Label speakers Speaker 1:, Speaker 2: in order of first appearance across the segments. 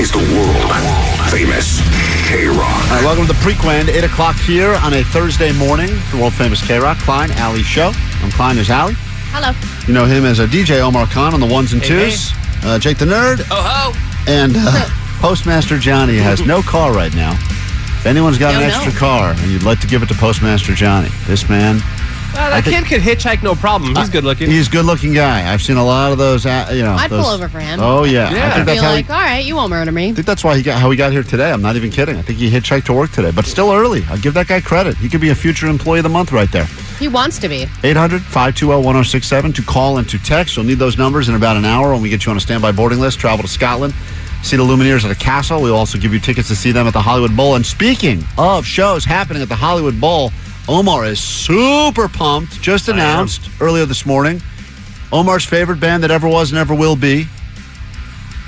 Speaker 1: is the world famous K Rock.
Speaker 2: All right, welcome to the Prequend, 8 o'clock here on a Thursday morning. The world famous K Rock, Klein, Alley Show. I'm Klein, there's Alley.
Speaker 3: Hello.
Speaker 2: You know him as a DJ Omar Khan on the ones and
Speaker 4: Hey,
Speaker 2: twos. Uh, Jake the Nerd.
Speaker 4: Oh ho!
Speaker 2: And uh, Postmaster Johnny has no car right now. If anyone's got
Speaker 3: No,
Speaker 2: an
Speaker 3: no.
Speaker 2: extra car and you'd like to give it to Postmaster Johnny, this man,
Speaker 4: Well,
Speaker 2: I
Speaker 4: that kid
Speaker 2: think-
Speaker 4: could hitchhike no problem. He's good looking.
Speaker 2: he's a good looking guy. I've seen a lot of those, uh, you know.
Speaker 3: I'd pull
Speaker 2: those-
Speaker 3: over for him.
Speaker 2: Oh, yeah. I
Speaker 4: Yeah.
Speaker 2: think
Speaker 3: Be
Speaker 2: that's how he
Speaker 3: like, all right, you won't murder me.
Speaker 2: I think that's why he got how he got here today. I'm not even kidding. I think he hitchhiked to work today, but still early. I'll give that guy credit. He could be a future employee of the month right there.
Speaker 3: He wants to be.
Speaker 2: 800 520 1067 to call and to text. You'll need those numbers in about an hour when we get you on a standby boarding list. Travel to Scotland, see the Lumineers at a castle. We'll also give you tickets to see them at the Hollywood Bowl. And speaking of shows happening at the Hollywood Bowl, Omar is super pumped. Just announced earlier this morning Omar's favorite band that ever was and ever will be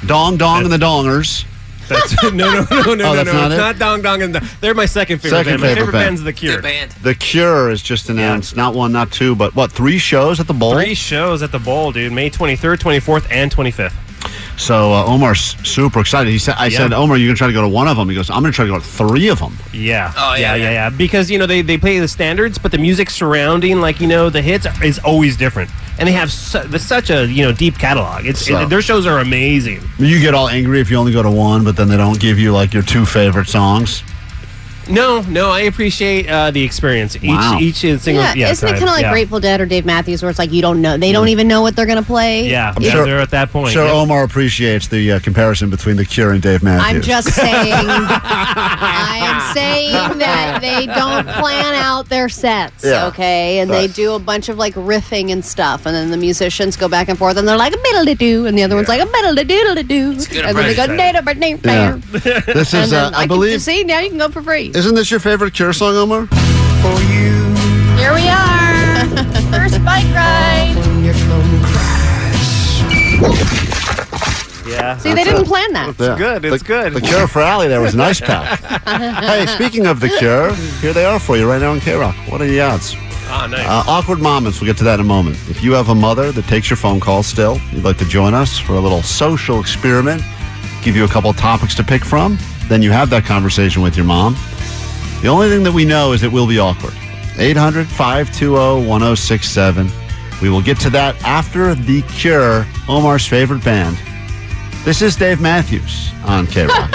Speaker 2: Dong Dong and the Dongers.
Speaker 4: That's, no, no, no, no,
Speaker 2: Oh,
Speaker 4: no,
Speaker 2: that's
Speaker 4: no.
Speaker 2: not
Speaker 4: it's
Speaker 2: it?
Speaker 4: not Dong Dong and the, they're my second favorite
Speaker 2: Second
Speaker 4: band. My
Speaker 2: favorite
Speaker 4: favorite
Speaker 2: band.
Speaker 4: band's The Cure.
Speaker 5: Good band.
Speaker 2: The Cure has just announced not one, not two, but what, three shows at the Bowl?
Speaker 4: Three shows at the Bowl, dude. May 23rd, 24th, and 25th.
Speaker 2: So uh, Omar's super excited. He said, "I
Speaker 4: Yeah.
Speaker 2: said, Omar, you're gonna try to go to one of them." He goes, "I'm gonna try to go to three of them."
Speaker 4: Yeah.
Speaker 5: Oh, yeah,
Speaker 4: yeah,
Speaker 5: yeah.
Speaker 4: Because, you know, they, they play the standards, but the music surrounding, like, you know, the hits is always different. And they have su- the- such a, you know, deep catalog. It's
Speaker 2: So-
Speaker 4: it, Their shows are amazing.
Speaker 2: You get all angry if you only go to one, but then they don't give you like your two favorite songs.
Speaker 4: No, no, I appreciate uh, the experience. Each
Speaker 2: Wow.
Speaker 4: each single
Speaker 3: yeah,
Speaker 4: yeah,
Speaker 3: isn't it
Speaker 4: time.
Speaker 3: kind of like
Speaker 4: yeah.
Speaker 3: Grateful Dead or Dave Matthews, where it's like you don't know, they
Speaker 2: Mm.
Speaker 3: don't even know what they're gonna play.
Speaker 4: Yeah,
Speaker 2: I'm
Speaker 4: yeah,
Speaker 2: sure-
Speaker 4: they're at that point.
Speaker 2: sure,
Speaker 4: yeah.
Speaker 2: Omar appreciates the uh, comparison between The Cure and Dave Matthews.
Speaker 3: I'm just saying. I am saying that they don't plan out their sets,
Speaker 2: Yeah.
Speaker 3: okay? And they
Speaker 2: Right.
Speaker 3: do a bunch of like riffing and stuff, and then the musicians go back and forth, and they're like a middle do, and the other one's like a middle doodle do, and
Speaker 5: good
Speaker 3: then they go
Speaker 4: approach.
Speaker 3: data but name
Speaker 2: Yeah.
Speaker 3: fair.
Speaker 2: this
Speaker 3: And
Speaker 2: is, uh,
Speaker 3: then
Speaker 2: I,
Speaker 3: I can
Speaker 2: believe,
Speaker 3: just see now you can go for free.
Speaker 2: isn't this your favorite Cure song, Omar?
Speaker 3: Here we are. First bike ride.
Speaker 4: Yeah.
Speaker 3: See, they didn't plan that.
Speaker 2: Yeah.
Speaker 4: good, it's
Speaker 2: the,
Speaker 4: good.
Speaker 2: The Cure for Alley there was an ice pack. hey, speaking of The Cure, here they are for you right now on K Rock. What are the odds?
Speaker 4: Ah, nice.
Speaker 2: Uh, awkward moments. We'll get to that in a moment. If you have a mother that takes your phone call still, you'd like to join us for a little social experiment, give you a couple topics to pick from, then you have that conversation with your mom. The only thing that we know is it will be awkward. 800 520 1067. We will get to that after The Cure, Omar's favorite band. This is Dave Matthews on K Rock.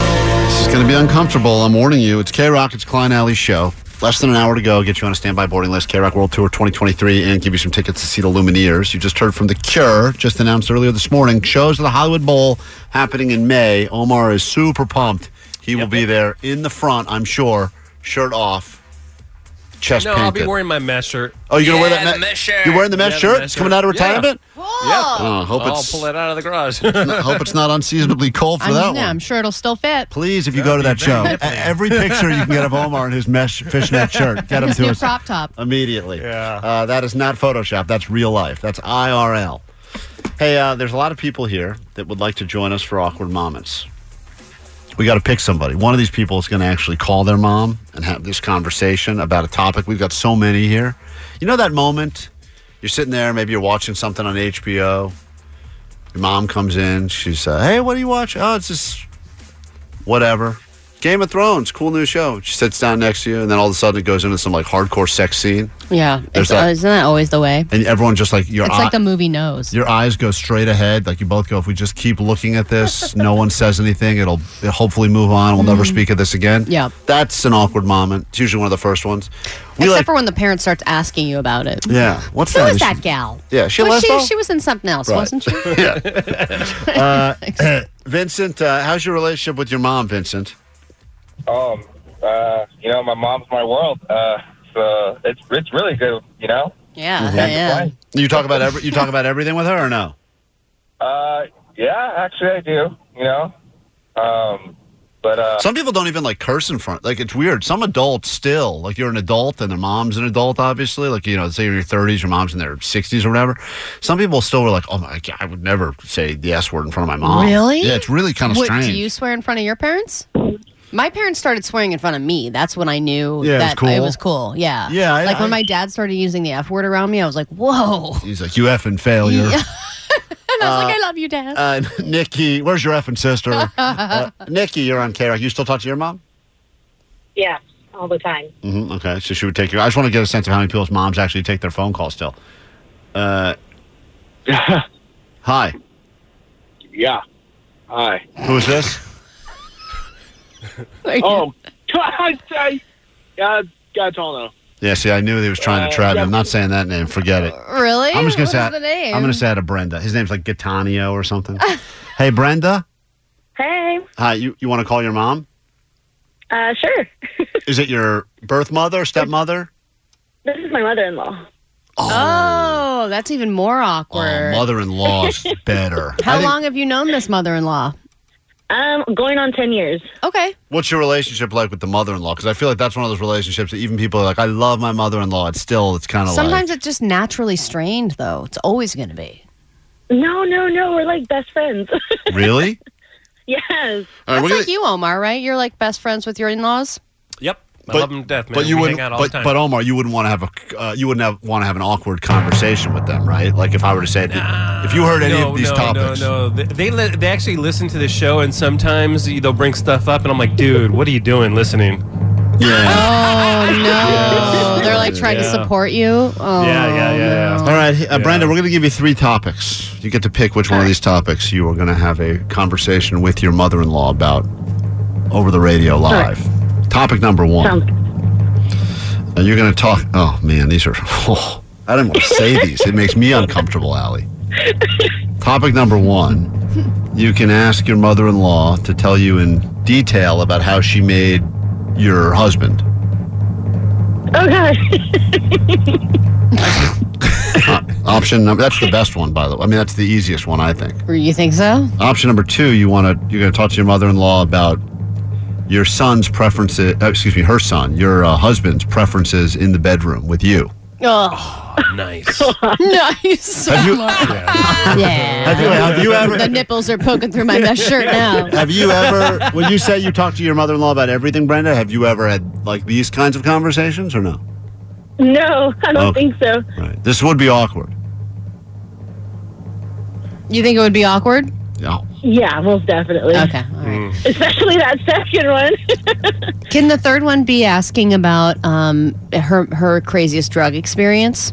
Speaker 2: This is going to be uncomfortable. I'm warning you. It's K Rock. It's Klein Alley Show. Less than an hour to go. Get you on a standby boarding list. K Rock World Tour 2023 and give you some tickets to see the Lumineers. You just heard from The Cure, just announced earlier this morning. Shows at the Hollywood Bowl happening in May. Omar is super pumped. He will be there in the front, I'm sure. Shirt off, chest
Speaker 4: no,
Speaker 2: painted.
Speaker 4: I'll be wearing my mesh shirt.
Speaker 2: oh, you're going
Speaker 5: Yeah,
Speaker 2: to wear that
Speaker 5: the mesh shirt.
Speaker 2: You're wearing the mesh
Speaker 4: Yeah, the
Speaker 2: shirt?
Speaker 4: mesh
Speaker 2: it's
Speaker 4: shirt.
Speaker 2: coming out of
Speaker 4: Yeah.
Speaker 2: retirement?
Speaker 3: Whoa.
Speaker 2: Oh, I hope,
Speaker 4: I'll
Speaker 2: it's,
Speaker 4: pull it out of the garage.
Speaker 2: I hope it's not unseasonably cold for
Speaker 3: I'm,
Speaker 2: that
Speaker 3: yeah,
Speaker 2: one.
Speaker 3: I'm sure it'll still fit.
Speaker 2: Please, if you go to that show, e- every picture you can get of Omar in his mesh fishnet shirt, get him
Speaker 3: His
Speaker 2: to
Speaker 3: new
Speaker 2: us
Speaker 3: crop top.
Speaker 2: immediately.
Speaker 4: Yeah.
Speaker 2: Uh, that is not Photoshop. That's real life. That's IRL. Hey, uh, there's a lot of people here that would like to join us for awkward moments. We got to pick somebody. One of these people is going to actually call their mom and have this conversation about a topic. We've got so many here. You know that moment you're sitting there, maybe you're watching something on HBO. Your mom comes in. She's, uh, hey, what do you watch? Oh, it's just whatever. Game of Thrones, cool new show. She sits down next to you, and then all of a sudden it goes into some like hardcore sex scene,
Speaker 3: Yeah.
Speaker 2: There's
Speaker 3: It's,
Speaker 2: that.
Speaker 3: uh, isn't that always the way?
Speaker 2: and everyone just like your
Speaker 3: It's
Speaker 2: eye-
Speaker 3: like the movie knows.
Speaker 2: your eyes go straight ahead. Like you both go, if we just keep looking at this, no one says anything. It'll, it'll hopefully move on. We'll never speak of this again.
Speaker 3: Mm-hmm. Yeah.
Speaker 2: that's an awkward moment. It's usually one of the first ones. We
Speaker 3: Except
Speaker 2: like,
Speaker 3: for when the parent starts asking you about it.
Speaker 2: yeah. What's
Speaker 3: Who
Speaker 2: that?
Speaker 3: was
Speaker 2: Is
Speaker 3: that gal?
Speaker 2: Yeah, she
Speaker 3: was she,
Speaker 2: Lesbo?
Speaker 3: she was in something else,
Speaker 2: Right.
Speaker 3: wasn't she?
Speaker 2: Vincent, uh, how's your relationship with your mom, Vincent?
Speaker 6: Um, uh, you know, my mom's my world. Uh, so it's it's really good. You know,
Speaker 3: Yeah.
Speaker 6: That's
Speaker 3: Yeah.
Speaker 6: why.
Speaker 2: You talk about every, you talk about everything with her or no?
Speaker 6: Uh, yeah, actually, I do. You know, um, but uh,
Speaker 2: Some people don't even like curse in front. Like it's weird. Some adults still like you're an adult and their mom's an adult, obviously. Like you know, say you're in your 30s, your mom's in their 60s or whatever. Some people still are like, oh my, God, I would never say the S word in front of my mom.
Speaker 3: Really?
Speaker 2: Yeah, it's really kind of
Speaker 3: What,
Speaker 2: strange.
Speaker 3: do you swear in front of your parents? My parents started swearing in front of me. That's when I knew
Speaker 2: Yeah, it was
Speaker 3: that
Speaker 2: cool.
Speaker 3: was cool. Yeah.
Speaker 2: Yeah, I-
Speaker 3: like
Speaker 2: I-
Speaker 3: when my dad started using the F word around me, I was like, whoa.
Speaker 2: He's like, you effing failure.
Speaker 3: Yeah. And I was like, I love you, Dad.
Speaker 2: Uh, Nikki, where's your effing sister? uh, Nikki, you're on K Rock. You still talk to your mom?
Speaker 7: Yeah, all the time.
Speaker 2: hmm Okay, so she would take your. I just want to get a sense of how many people's moms actually take their phone call still. Uh, hi,
Speaker 8: Yeah. Hi.
Speaker 2: who is this?
Speaker 3: Like,
Speaker 8: Oh, God. I, uh, God, Tolno.
Speaker 2: Yeah, see, I knew he was
Speaker 8: Uh,
Speaker 2: trying to trap me. I'm not saying that name. Forget it.
Speaker 3: really?
Speaker 2: I'm just gonna
Speaker 3: Uh, What
Speaker 2: say
Speaker 3: is the name?
Speaker 2: I'm gonna say it to Brenda. His name's like Gatanio or something. hey, Brenda.
Speaker 7: Hey.
Speaker 2: Hi. You you want to call your mom?
Speaker 7: Uh, sure.
Speaker 2: Is it your birth mother, stepmother?
Speaker 7: This is my mother-in-law.
Speaker 3: Oh, that's even more awkward.
Speaker 2: Oh, mother-in-law's better. I
Speaker 3: How
Speaker 2: think-
Speaker 3: long have you known this mother-in-law?
Speaker 7: Um, going on ten years.
Speaker 3: Okay.
Speaker 2: What's your relationship like with the mother-in-law? Because I feel like that's one of those relationships that even people are like, I love my mother-in-law. It's still, it's kind of
Speaker 3: Sometimes
Speaker 2: like,
Speaker 3: it's just naturally strained, though. It's always going to be.
Speaker 7: No, no, no. We're like best friends.
Speaker 2: really.
Speaker 7: yes.
Speaker 2: All right, we're
Speaker 3: That's like
Speaker 2: gonna-
Speaker 3: you, Omar, right? You're like best friends with your in-laws.
Speaker 4: Yep. I
Speaker 2: But-
Speaker 4: love him to death, man.
Speaker 2: But you
Speaker 4: we
Speaker 2: wouldn't.
Speaker 4: hang out all
Speaker 2: But,
Speaker 4: the time.
Speaker 2: but Omar, you wouldn't want to have a. Uh, you wouldn't have, want to have an awkward conversation with them, right? Like if I were to say, if you heard any
Speaker 4: no,
Speaker 2: of these
Speaker 4: no,
Speaker 2: topics,
Speaker 4: no, no. They they, li- they actually listen to the show, and sometimes they'll bring stuff up, and I'm like, dude, what are you doing listening?
Speaker 2: yeah.
Speaker 3: Oh no! They're like trying to
Speaker 4: Yeah.
Speaker 3: support you. Oh,
Speaker 4: Yeah, yeah, yeah,
Speaker 3: no.
Speaker 2: All right, uh, Brenda, we're going to give you three topics. You get to pick which one of these topics you are going to have a conversation with your mother-in-law about over the radio live. Topic number one.
Speaker 7: Sounds.
Speaker 2: And you're going to talk. Oh, man, these are. Oh, I didn't want to say these. It makes me uncomfortable, Allie. Topic number one you can ask your mother in law to tell you in detail about how she made your husband.
Speaker 7: Oh God.
Speaker 2: Option number. That's the best one, by the way. I mean, that's the easiest one, I think.
Speaker 3: Oh. You think so?
Speaker 2: Option number two, you want to you're going to talk to your mother-in-law about your son's preferences. Uh, excuse me, her son, your uh, husband's preferences in the bedroom with you.
Speaker 3: Oh,
Speaker 4: Nice.
Speaker 3: nice.
Speaker 2: Have you
Speaker 3: yeah.
Speaker 2: have you, have you ever
Speaker 3: The nipples are poking through my best shirt now.
Speaker 2: Have you ever, when you say you talk to your mother in law about everything, Brenda, have you ever had like these kinds of conversations or no?
Speaker 7: No, I don't
Speaker 2: Oh.
Speaker 7: think so.
Speaker 2: Right. This would be awkward.
Speaker 3: You think it would be awkward?
Speaker 2: No.
Speaker 7: Yeah, Mm. most definitely.
Speaker 3: Okay. All right.
Speaker 7: Especially that second one.
Speaker 3: Can the third one be asking about um, her her craziest drug experience?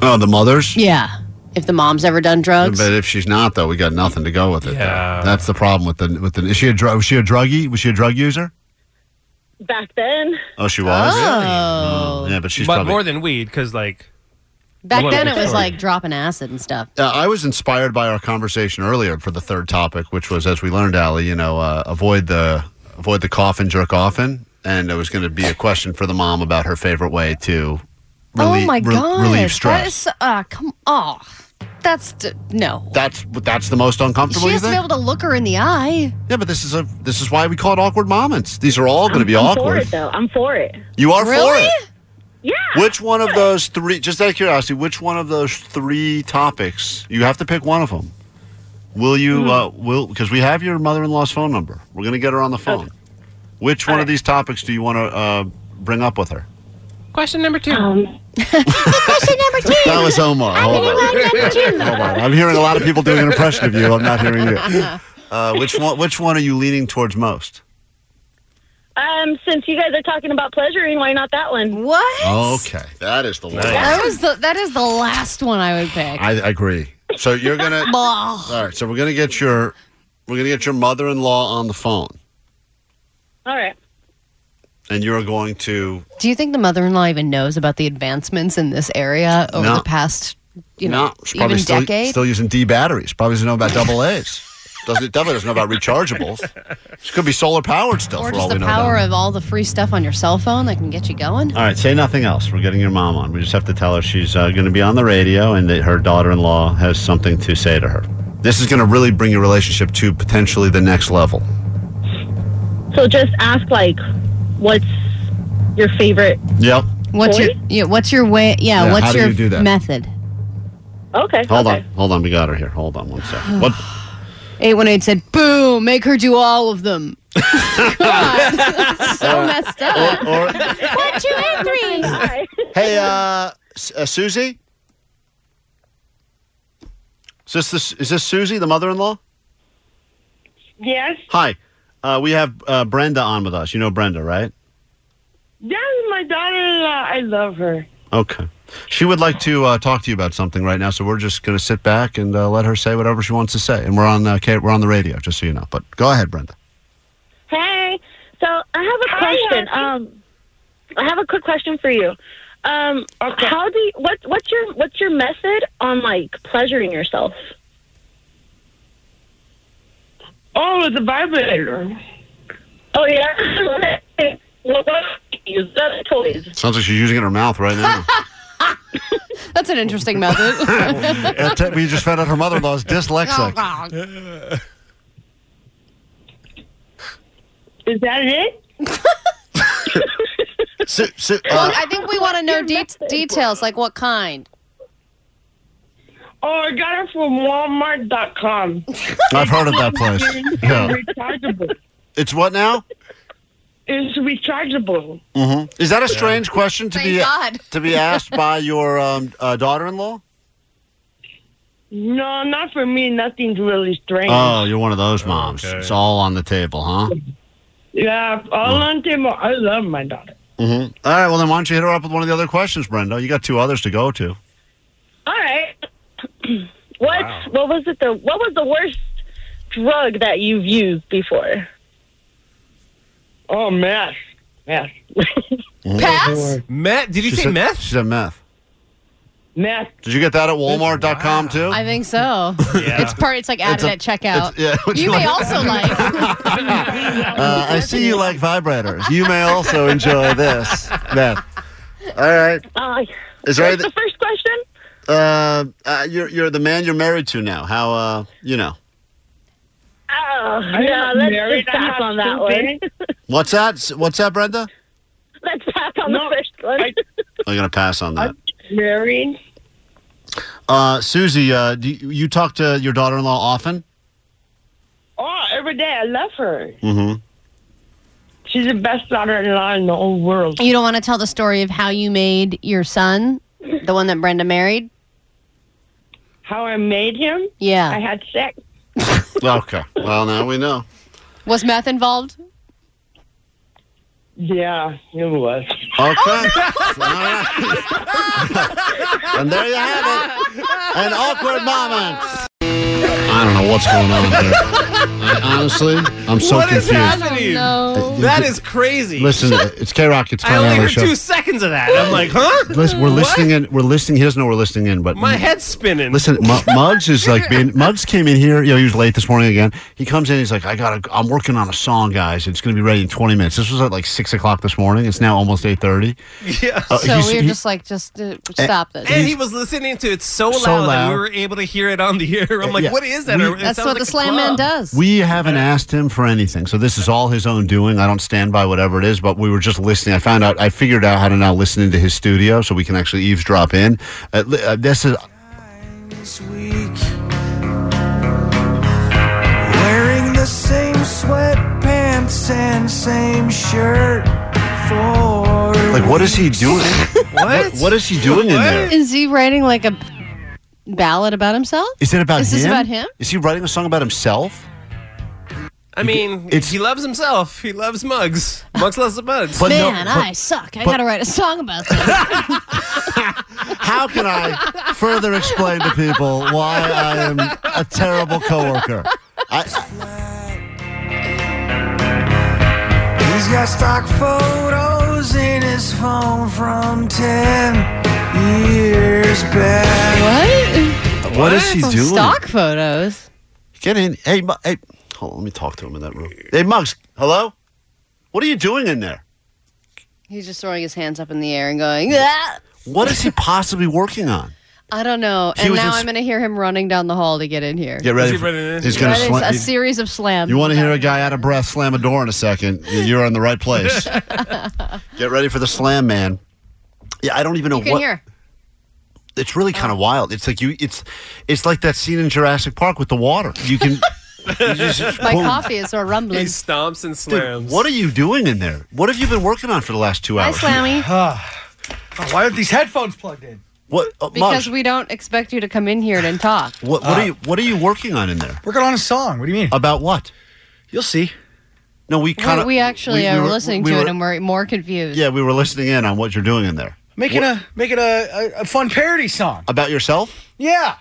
Speaker 2: Oh, the mothers?
Speaker 3: Yeah. If the mom's ever done drugs?
Speaker 2: But if she's not, though, we got nothing to go with it.
Speaker 4: Yeah.
Speaker 2: That's the problem with the, with the, is she a drug, was she a druggie? Was she a drug user?
Speaker 7: Back then.
Speaker 2: Oh, she was?
Speaker 3: Oh.
Speaker 2: Yeah, but she's
Speaker 4: but
Speaker 2: probably.
Speaker 4: more than weed, because like,
Speaker 3: Back
Speaker 4: What a
Speaker 3: then it
Speaker 4: good
Speaker 3: was
Speaker 4: story.
Speaker 3: like dropping acid and stuff.
Speaker 2: Uh, I was inspired by our conversation earlier for the third topic, which was as we learned, Allie, you know, uh, avoid the avoid the coffin jerk offin, and it was going to be a question for the mom about her favorite way to relie-
Speaker 3: oh my
Speaker 2: re-
Speaker 3: god.
Speaker 2: relieve stress.
Speaker 3: That is uh come oh. That's d- no.
Speaker 2: that's that's the most uncomfortable.
Speaker 3: She
Speaker 2: You
Speaker 3: has to be
Speaker 2: think?
Speaker 3: able to look her in the eye.
Speaker 2: yeah, but this is a this is why we call it awkward moments. These are all going to be
Speaker 7: I'm for
Speaker 2: awkward.
Speaker 7: it though. I'm for it.
Speaker 2: You are
Speaker 3: Really?
Speaker 2: for it.
Speaker 7: Yeah.
Speaker 2: Which one of those three? Just out of curiosity, which one of those three topics? You have to pick one of them. Will you? Uh, will because we have your mother-in-law's phone number. We're gonna get her on the phone. Which one of these topics do you want to uh, bring up with her?
Speaker 4: question number two.
Speaker 7: Um,
Speaker 2: That was Omar. Hold on. Hold on. I'm hearing a lot of people doing an impression of you. I'm not hearing you. Uh, which one? Which one are you leaning towards most?
Speaker 7: um, since you guys are talking about pleasuring, why not that one?
Speaker 3: What?
Speaker 2: Okay, that is the one.
Speaker 3: That was the that is the last one I would pick.
Speaker 2: I agree. So you're gonna.
Speaker 3: Blah.
Speaker 2: All right. So we're gonna get your. We're gonna get your mother-in-law on the phone.
Speaker 7: All right.
Speaker 2: and you're going to
Speaker 3: Do you think the mother-in-law even knows about the advancements in this area over
Speaker 2: No.
Speaker 3: the past, you
Speaker 2: no,
Speaker 3: know,
Speaker 2: she's
Speaker 3: even
Speaker 2: probably still,
Speaker 3: decade?
Speaker 2: still using D batteries. Probably doesn't know about double A's. Doesn't definitely doesn't know about rechargeables. She could be solar powered stuff.
Speaker 3: or
Speaker 2: for
Speaker 3: just
Speaker 2: all
Speaker 3: the
Speaker 2: we know
Speaker 3: power
Speaker 2: about. Uh,
Speaker 3: of all the free stuff on your cell phone that can get you going?
Speaker 2: All right, say nothing else. We're getting your mom on. We just have to tell her she's uh, going to be on the radio and that her daughter in law has something to say to her. This is going to really bring your relationship to potentially the next level.
Speaker 7: So just ask like, what's your favorite?
Speaker 2: Yep.
Speaker 3: What's your
Speaker 7: Boy?
Speaker 3: yeah, what's your way? Yeah,
Speaker 2: Yeah,
Speaker 3: what's
Speaker 2: how do
Speaker 3: your
Speaker 2: you do that?
Speaker 3: method?
Speaker 7: Okay.
Speaker 2: Hold
Speaker 7: okay.
Speaker 2: on. Hold on. We got her here. Hold on one second. What?
Speaker 3: 818 said, "Boo, make her do all of them." God.
Speaker 6: Uh,
Speaker 3: so messed up.
Speaker 2: Or,
Speaker 3: One, two, and three.
Speaker 7: Hi.
Speaker 2: hey, uh, S- uh, Susie? Is this, this is this Susie, the mother-in-law?
Speaker 7: Yes,
Speaker 2: Hi, uh, we have uh, Brenda on with us. You know Brenda, right?
Speaker 7: that's my daughter-in-law. I love her.
Speaker 2: Okay. She would like to uh, talk to you about something right now, so we're just going to sit back and uh, let her say whatever she wants to say. And we're on uh, K- we're on the radio, just so you know. But go ahead, Brenda.
Speaker 7: Hey, so I have a question. Um, I have a quick question for you. Um, how do you, what what's your what's your method on like pleasuring yourself?
Speaker 8: Oh, the vibrator.
Speaker 7: Oh yeah, well, what do you use That's toys.
Speaker 2: Sounds like she's using it in her mouth right now.
Speaker 6: That's an interesting method.
Speaker 2: Uh, t- we just found out her mother-in-law is
Speaker 3: Oh,
Speaker 2: dyslexic.
Speaker 8: Is that it?
Speaker 2: Su- Su- uh,
Speaker 6: I think we want to know de- details, like what kind.
Speaker 8: Oh, I got it from Walmart.com.
Speaker 2: I've heard of that place. Yeah.
Speaker 8: rechargeable.
Speaker 2: It's what now?
Speaker 8: It's rechargeable.
Speaker 2: hmm Is that a strange question to
Speaker 6: Thank
Speaker 2: be
Speaker 6: God.
Speaker 2: to be asked by your um, uh, daughter-in-law?
Speaker 8: No, not for me. Nothing's really strange.
Speaker 2: Oh, you're one of those moms.
Speaker 4: Okay.
Speaker 2: It's all on the table, huh?
Speaker 8: yeah, all on table. I love my daughter.
Speaker 2: Mm-hmm. All right. Well, then why don't you hit her up with one of the other questions, Brenda? You got two others to go to.
Speaker 7: All right. what what was it the what was the worst drug that you've used before?
Speaker 8: Oh, mess. Mess.
Speaker 6: Pass.
Speaker 4: Meth? Did you
Speaker 2: She
Speaker 4: say
Speaker 2: said-
Speaker 4: meth?
Speaker 2: She said meth.
Speaker 8: Mess.
Speaker 2: Did you get that at Walmart.com too?
Speaker 6: I think so.
Speaker 4: Yeah.
Speaker 6: It's part. It's like added
Speaker 2: a-
Speaker 6: at checkout.
Speaker 2: It's- yeah. would
Speaker 6: you may
Speaker 2: like-
Speaker 6: also like.
Speaker 2: Uh, I see you like vibrators. You may also enjoy this meth. All right.
Speaker 7: Uh,
Speaker 2: Is there
Speaker 7: what's
Speaker 2: anything?
Speaker 7: the first question?
Speaker 2: Uh, uh, you're you're the man you're married to now. How uh you know?
Speaker 7: Oh,
Speaker 8: I'm
Speaker 7: no,
Speaker 8: not
Speaker 7: let's
Speaker 8: married.
Speaker 7: just
Speaker 8: I'm
Speaker 7: pass
Speaker 8: not
Speaker 7: on that one.
Speaker 8: stupid.
Speaker 2: What's that? S- What's that, Brenda?
Speaker 7: Let's pass on
Speaker 8: No,
Speaker 7: the first one.
Speaker 8: I-
Speaker 2: I'm gonna pass on that.
Speaker 8: Married.
Speaker 2: Uh, Susie, uh, do you, you talk to your daughter-in-law often?
Speaker 8: Oh, every day. I love her.
Speaker 2: Mm-hmm.
Speaker 8: She's the best daughter-in-law in the whole world.
Speaker 6: You don't want to tell the story of how you made your son, the one that Brenda married.
Speaker 8: How I made him? I
Speaker 6: Yeah.
Speaker 8: had sex.
Speaker 2: Okay. Well, now we know.
Speaker 6: Was meth involved?
Speaker 8: Yeah, it was.
Speaker 2: Okay.
Speaker 4: Oh,
Speaker 2: All right. and there you have it. An awkward moment. I don't know what's going on there. I, honestly, I'm so
Speaker 4: What is
Speaker 2: confused.
Speaker 4: happening?
Speaker 6: No.
Speaker 4: That is crazy.
Speaker 2: Listen, it's K Rock. It's
Speaker 4: I
Speaker 2: Kyle
Speaker 4: only
Speaker 2: Allen
Speaker 4: heard
Speaker 2: show.
Speaker 4: two seconds of that. I'm like, huh?
Speaker 2: Listen, we're
Speaker 4: What?
Speaker 2: listening in. We're listening. He doesn't know we're listening in, but
Speaker 4: My head's spinning.
Speaker 2: Listen, M- Muggs is like being. Muggs came in here. You know, he was late this morning again. He comes in. He's like, I got. to I'm working on a song, guys. It's going to be ready in 20 minutes. This was at like six o'clock this morning. It's now almost 8:30.
Speaker 4: Yeah.
Speaker 2: Uh,
Speaker 6: So
Speaker 2: he's-
Speaker 6: we were
Speaker 2: he-
Speaker 6: just like, just uh, stop this.
Speaker 4: And he was listening to it so loud,
Speaker 2: So
Speaker 4: that
Speaker 2: loud.
Speaker 4: we were able to hear it on the air. I'm like,
Speaker 2: Yeah.
Speaker 4: what is that?
Speaker 2: We-
Speaker 4: It
Speaker 6: That's
Speaker 4: sounds
Speaker 6: what
Speaker 4: like
Speaker 6: the
Speaker 4: a
Speaker 6: slam man
Speaker 4: club.
Speaker 6: does.
Speaker 2: We haven't asked him for anything, so this is all his own doing. I don't stand by whatever it is, but we were just listening. I found out, I figured out how to now listen into his studio, so we can actually eavesdrop in. Uh, li- uh, this is
Speaker 9: this week. Wearing the same sweatpants and same shirt for
Speaker 2: like, what is he doing?
Speaker 4: What?
Speaker 2: what is he doing in there?
Speaker 6: Is he writing like a ballad about himself?
Speaker 2: Is it about
Speaker 6: Is
Speaker 2: him?
Speaker 6: this about him?
Speaker 2: Is he writing a song about himself?
Speaker 4: I mean,
Speaker 2: It's-
Speaker 4: he loves himself. He loves mugs. Mugs loves the mugs.
Speaker 2: But no-
Speaker 6: Man,
Speaker 2: but-
Speaker 6: I suck. I gotta write a song about this.
Speaker 2: How can I further explain to people why I am a terrible coworker? I,
Speaker 9: He's got stock photos in his phone from 10 years back.
Speaker 6: what?
Speaker 2: what is he
Speaker 6: Some
Speaker 2: doing?
Speaker 6: stock photos.
Speaker 2: Get in. Hey, Mu- hey, hold on, let me talk to him in that room. Hey, Muggs, hello? What are you doing in there?
Speaker 6: He's just throwing his hands up in the air and going, ah!
Speaker 2: What is he possibly working on?
Speaker 6: I don't know.
Speaker 2: He
Speaker 6: and
Speaker 2: was
Speaker 6: now
Speaker 2: ins-
Speaker 6: I'm going to hear him running down the hall to get in here.
Speaker 2: Get ready.
Speaker 4: he
Speaker 2: for-
Speaker 4: running in?
Speaker 2: he's going
Speaker 6: That
Speaker 2: to
Speaker 6: is
Speaker 2: slam.
Speaker 6: a series of slams.
Speaker 2: you want to hear a guy out of breath slam a door in a second? You're in the right place. Get ready for the slam, man. Yeah, I don't even know
Speaker 6: You can
Speaker 2: what.
Speaker 6: hear. Oh.
Speaker 2: It's really kind of wild. It's like you. It's it's like that scene in Jurassic Park with the water. You can. you just-
Speaker 6: My
Speaker 2: boom.
Speaker 6: coffee is so
Speaker 4: he
Speaker 6: rumbling.
Speaker 4: stomps and
Speaker 2: Dude,
Speaker 4: slams.
Speaker 2: what are you doing in there? What have you been working on for the last two
Speaker 6: Hi,
Speaker 2: hours?
Speaker 6: Slammy.
Speaker 10: why aren't these headphones plugged in?
Speaker 2: What, uh,
Speaker 6: Because
Speaker 2: Maj,
Speaker 6: we don't expect you to come in here and talk.
Speaker 2: what,
Speaker 10: Uh,
Speaker 2: what are you what are you working on in there?
Speaker 10: Working on a song. What do you mean?
Speaker 2: About what?
Speaker 10: You'll see.
Speaker 2: No, we
Speaker 6: We-
Speaker 2: kind of
Speaker 6: we actually are listening to it and we're more confused.
Speaker 2: yeah, we were listening in on what you're doing in there.
Speaker 10: Making
Speaker 2: What-
Speaker 10: a making a, a, a fun parody song.
Speaker 2: about yourself.
Speaker 10: Yeah.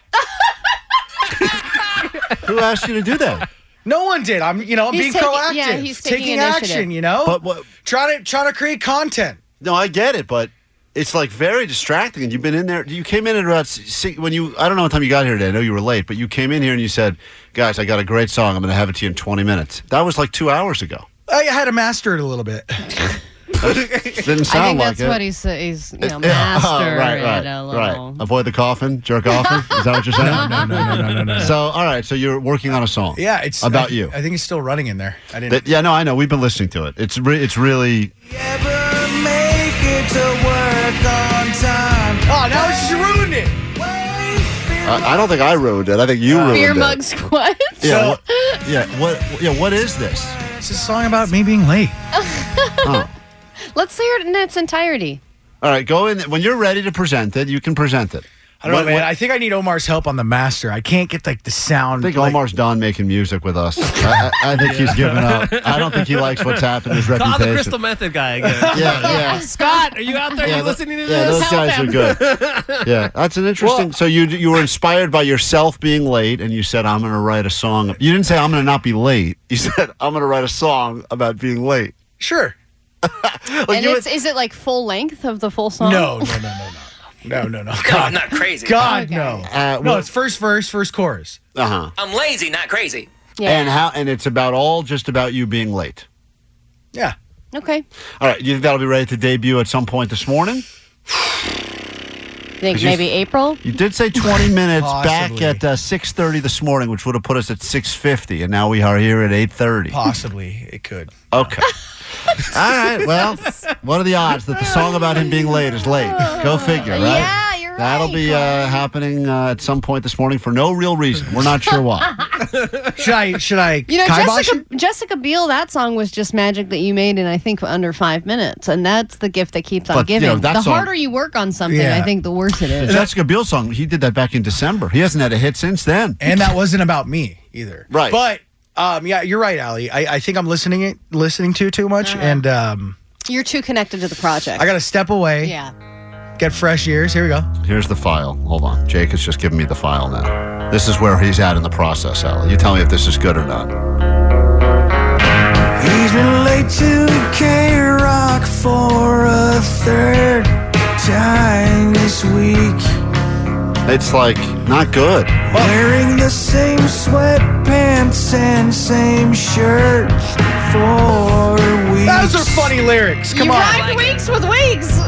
Speaker 2: Who asked you to do that?
Speaker 10: No one did. I'm you know I'm
Speaker 6: He's
Speaker 10: being
Speaker 6: taking-
Speaker 10: proactive.
Speaker 6: yeah, he's taking
Speaker 10: taking,
Speaker 6: initiative.
Speaker 10: action. You know,
Speaker 2: But what?
Speaker 10: trying to trying to create content.
Speaker 2: No, I get it, but it's like very distracting. And you've been in there. You came in at about six, when you. I don't know what time you got here today. I know you were late, but you came in here and you said, "Guys, I got a great song. I'm going to have it to you in 20 minutes." That was like two hours ago.
Speaker 10: I had to master it a little bit.
Speaker 2: Didn't
Speaker 6: I
Speaker 2: sound
Speaker 6: think
Speaker 2: like
Speaker 6: that's what
Speaker 2: it.
Speaker 6: he's he's you know,
Speaker 2: Yeah,
Speaker 6: master
Speaker 2: Oh, right,
Speaker 6: at
Speaker 2: right,
Speaker 6: a little.
Speaker 2: right. Avoid the coffin, jerk off. Is that what you're saying?
Speaker 10: no, no, no, no, no.
Speaker 2: So, all right. So you're working on a song.
Speaker 10: Yeah, it's
Speaker 2: about
Speaker 10: I-
Speaker 2: you.
Speaker 10: I think it's still running in there. I didn't.
Speaker 2: That- yeah, no, I know. We've been listening to it. It's re- it's really
Speaker 9: Ever make it to work on time?
Speaker 10: oh, now it's just ruined it.
Speaker 2: I, I don't think I ruined it. I think you ruined
Speaker 6: Beer
Speaker 2: it.
Speaker 6: mug squad.
Speaker 2: Yeah.
Speaker 10: So-
Speaker 2: what, yeah. What? Yeah. What is this?
Speaker 10: It's a song about me being late.
Speaker 2: Oh.
Speaker 6: Let's hear it in its entirety.
Speaker 2: All right. Go in when you're ready to present it. You can present it.
Speaker 10: I don't
Speaker 2: What-
Speaker 10: know, man.
Speaker 2: what-
Speaker 10: I think I need Omar's help on the master. I can't get like the sound.
Speaker 2: I think
Speaker 10: like-
Speaker 2: Omar's done making music with us. I, I, I think he's given up. I don't think he likes what's happened. to His
Speaker 4: Call
Speaker 2: reputation.
Speaker 4: the Crystal Method guy again.
Speaker 2: yeah, yeah.
Speaker 4: Scott, are you out there?
Speaker 2: Yeah,
Speaker 4: Are you
Speaker 2: tho-
Speaker 4: listening to
Speaker 2: yeah,
Speaker 4: this?
Speaker 2: those guys are good. Yeah, that's an interesting. so you you were inspired by yourself being late, and you said, "I'm going to write a song." You didn't say, "I'm going to not be late." You said, "I'm going to write a song about being late."
Speaker 10: Sure.
Speaker 2: Like
Speaker 6: and
Speaker 2: you
Speaker 6: it's, is it like full length of the full song?
Speaker 10: No, no, no, no, no, no, no, no. God,
Speaker 11: not crazy.
Speaker 10: God,
Speaker 6: Okay.
Speaker 10: no.
Speaker 2: Uh,
Speaker 10: no,
Speaker 2: well-
Speaker 10: it's first verse, first chorus.
Speaker 2: uh huh.
Speaker 11: I'm lazy, not crazy.
Speaker 6: Yeah.
Speaker 2: And how? And it's about all just about you being late.
Speaker 10: Yeah.
Speaker 6: okay.
Speaker 2: All right, you think that'll be ready to debut at some point this morning?
Speaker 6: think maybe April.
Speaker 2: You did say 20 minutes back
Speaker 10: Possibly.
Speaker 2: at uh, 6:30 this morning, which would have put us at 6:50, and now we are here at 8:30.
Speaker 10: Possibly it could.
Speaker 2: Okay. All right. Well, what are the odds that the song about him being late is late? Go figure, right?
Speaker 6: Yeah, you're
Speaker 2: That'll
Speaker 6: right,
Speaker 2: be uh, happening uh, at some point this morning for no real reason. We're not sure why.
Speaker 10: Should I? Should I?
Speaker 6: You know,
Speaker 10: kibosh
Speaker 6: Jessica
Speaker 10: it?
Speaker 6: Jessica Biel, that song was just magic that you made in I think under five minutes, and that's the gift that keeps on
Speaker 2: But, you know,
Speaker 6: giving.
Speaker 2: that
Speaker 6: the
Speaker 2: song-
Speaker 6: harder you work on something,
Speaker 10: Yeah.
Speaker 6: I think the worse it
Speaker 2: The
Speaker 6: is.
Speaker 2: Jessica Biel song. He did that back in December. He hasn't had a hit since then.
Speaker 10: And that wasn't about me either.
Speaker 2: Right.
Speaker 10: But um, yeah, you're right, Allie. I, I think I'm listening it, listening to it too much, and um,
Speaker 6: You're too connected to the project.
Speaker 10: I got to step away,
Speaker 6: yeah.
Speaker 10: get fresh ears. Here we go.
Speaker 2: Here's the file. Hold on. Jake is just giving me the file now. This is where he's at in the process, Allie. You tell me if this is good or not.
Speaker 9: He's been late to K Rock for a third time this week.
Speaker 2: It's like not good.
Speaker 9: Wearing the same sweatpants and same shirt for weeks.
Speaker 10: Those are funny lyrics. Come
Speaker 6: you
Speaker 10: on.
Speaker 6: rhymed weeks with weeks.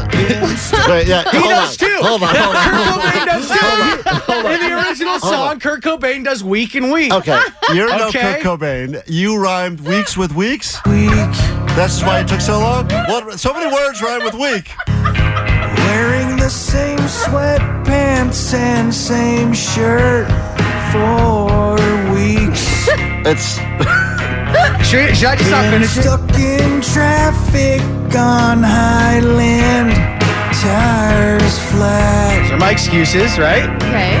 Speaker 2: Wait, yeah,
Speaker 10: He
Speaker 2: hold
Speaker 10: does
Speaker 2: on.
Speaker 10: too.
Speaker 2: Hold on, hold
Speaker 10: Kurt
Speaker 2: on.
Speaker 10: Cobain does too. In the original song, Kurt Cobain does week and week.
Speaker 2: Okay, you're no
Speaker 10: Okay.
Speaker 2: Kurt Cobain. You rhymed weeks with weeks.
Speaker 9: Week.
Speaker 2: That's why it took so long. What? So many words rhyme with week.
Speaker 9: Wearing the same sweatpants and same shirt for weeks.
Speaker 2: It's
Speaker 10: Should, should I just not
Speaker 9: Been
Speaker 10: finish it?
Speaker 9: stuck in traffic on Highland. Tires flat.
Speaker 10: They're my excuses, right?
Speaker 6: Okay.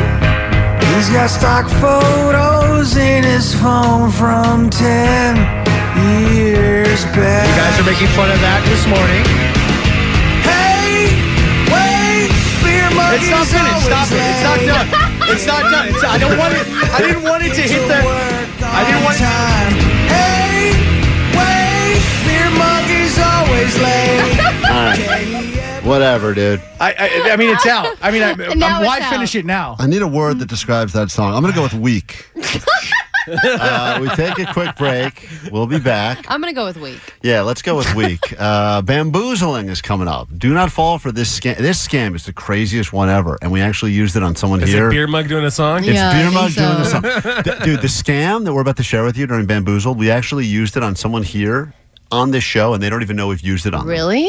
Speaker 9: He's got stock photos in his phone from 10 years back.
Speaker 10: You guys are making fun of that this morning.
Speaker 9: Hey, wait, beer mug
Speaker 10: It's not
Speaker 9: is
Speaker 10: finished. Stop
Speaker 9: always
Speaker 10: it. It's not
Speaker 9: late.
Speaker 10: done. It's not done. It's, I don't want it. I didn't want it to hit
Speaker 9: To
Speaker 10: the.
Speaker 9: work
Speaker 10: I didn't
Speaker 9: on
Speaker 10: want-
Speaker 9: time. Hey, wait, beer mug is always late.
Speaker 2: whatever, dude.
Speaker 10: I, I, I mean, it's out. I mean, I,
Speaker 6: And now
Speaker 10: I'm- why
Speaker 6: it's out.
Speaker 10: finish it now?
Speaker 2: I need a word that describes that song. I'm gonna go with week. uh, we take a quick break. We'll be back.
Speaker 6: I'm gonna go with week.
Speaker 2: Yeah, let's go with weak. uh, bamboozling is coming up. Do not fall for this scam. This scam is the craziest one ever, and we actually used it on someone
Speaker 4: Is
Speaker 2: here.
Speaker 4: it beer mug doing a song?
Speaker 2: It's
Speaker 6: Yeah, I
Speaker 2: beer
Speaker 6: think
Speaker 2: mug doing
Speaker 6: so.
Speaker 2: this, dude. The scam that we're about to share with you during bamboozled, we actually used it on someone here on this show, and they don't even know we've used it on. them.
Speaker 6: Really?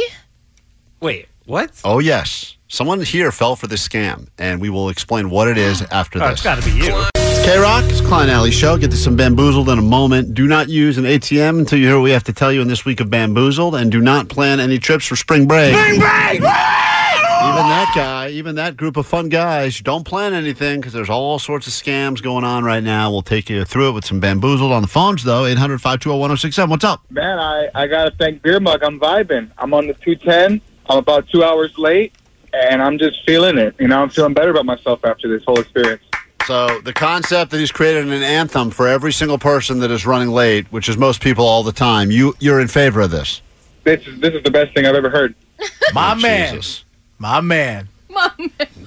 Speaker 4: Wait, what?
Speaker 2: Oh yes, someone here fell for this scam, and we will explain what it is after
Speaker 4: Oh,
Speaker 2: this.
Speaker 4: it's got to be you.
Speaker 2: K Rock, it's Klein Alley Show. Get to some bamboozled in a moment. Do not use an ATM until you hear what we have to tell you in this week of bamboozled, and do not plan any trips for spring break. Spring break! Even that guy, even that group of fun guys, don't plan anything because there's all sorts of scams going on right now. We'll take you through it with some bamboozled on the phones, though. 800 520 1067. What's up?
Speaker 12: Man, I, I got to thank Beer Mug. I'm vibing. I'm on the 210. I'm about two hours late, and I'm just feeling it. You know, I'm feeling better about myself after this whole experience.
Speaker 2: So the concept that he's created an anthem for every single person that is running late, which is most people all the time. You you're in favor of this.
Speaker 12: This is this is the best thing I've ever heard.
Speaker 13: Oh,
Speaker 10: My man. My man.
Speaker 2: Oh,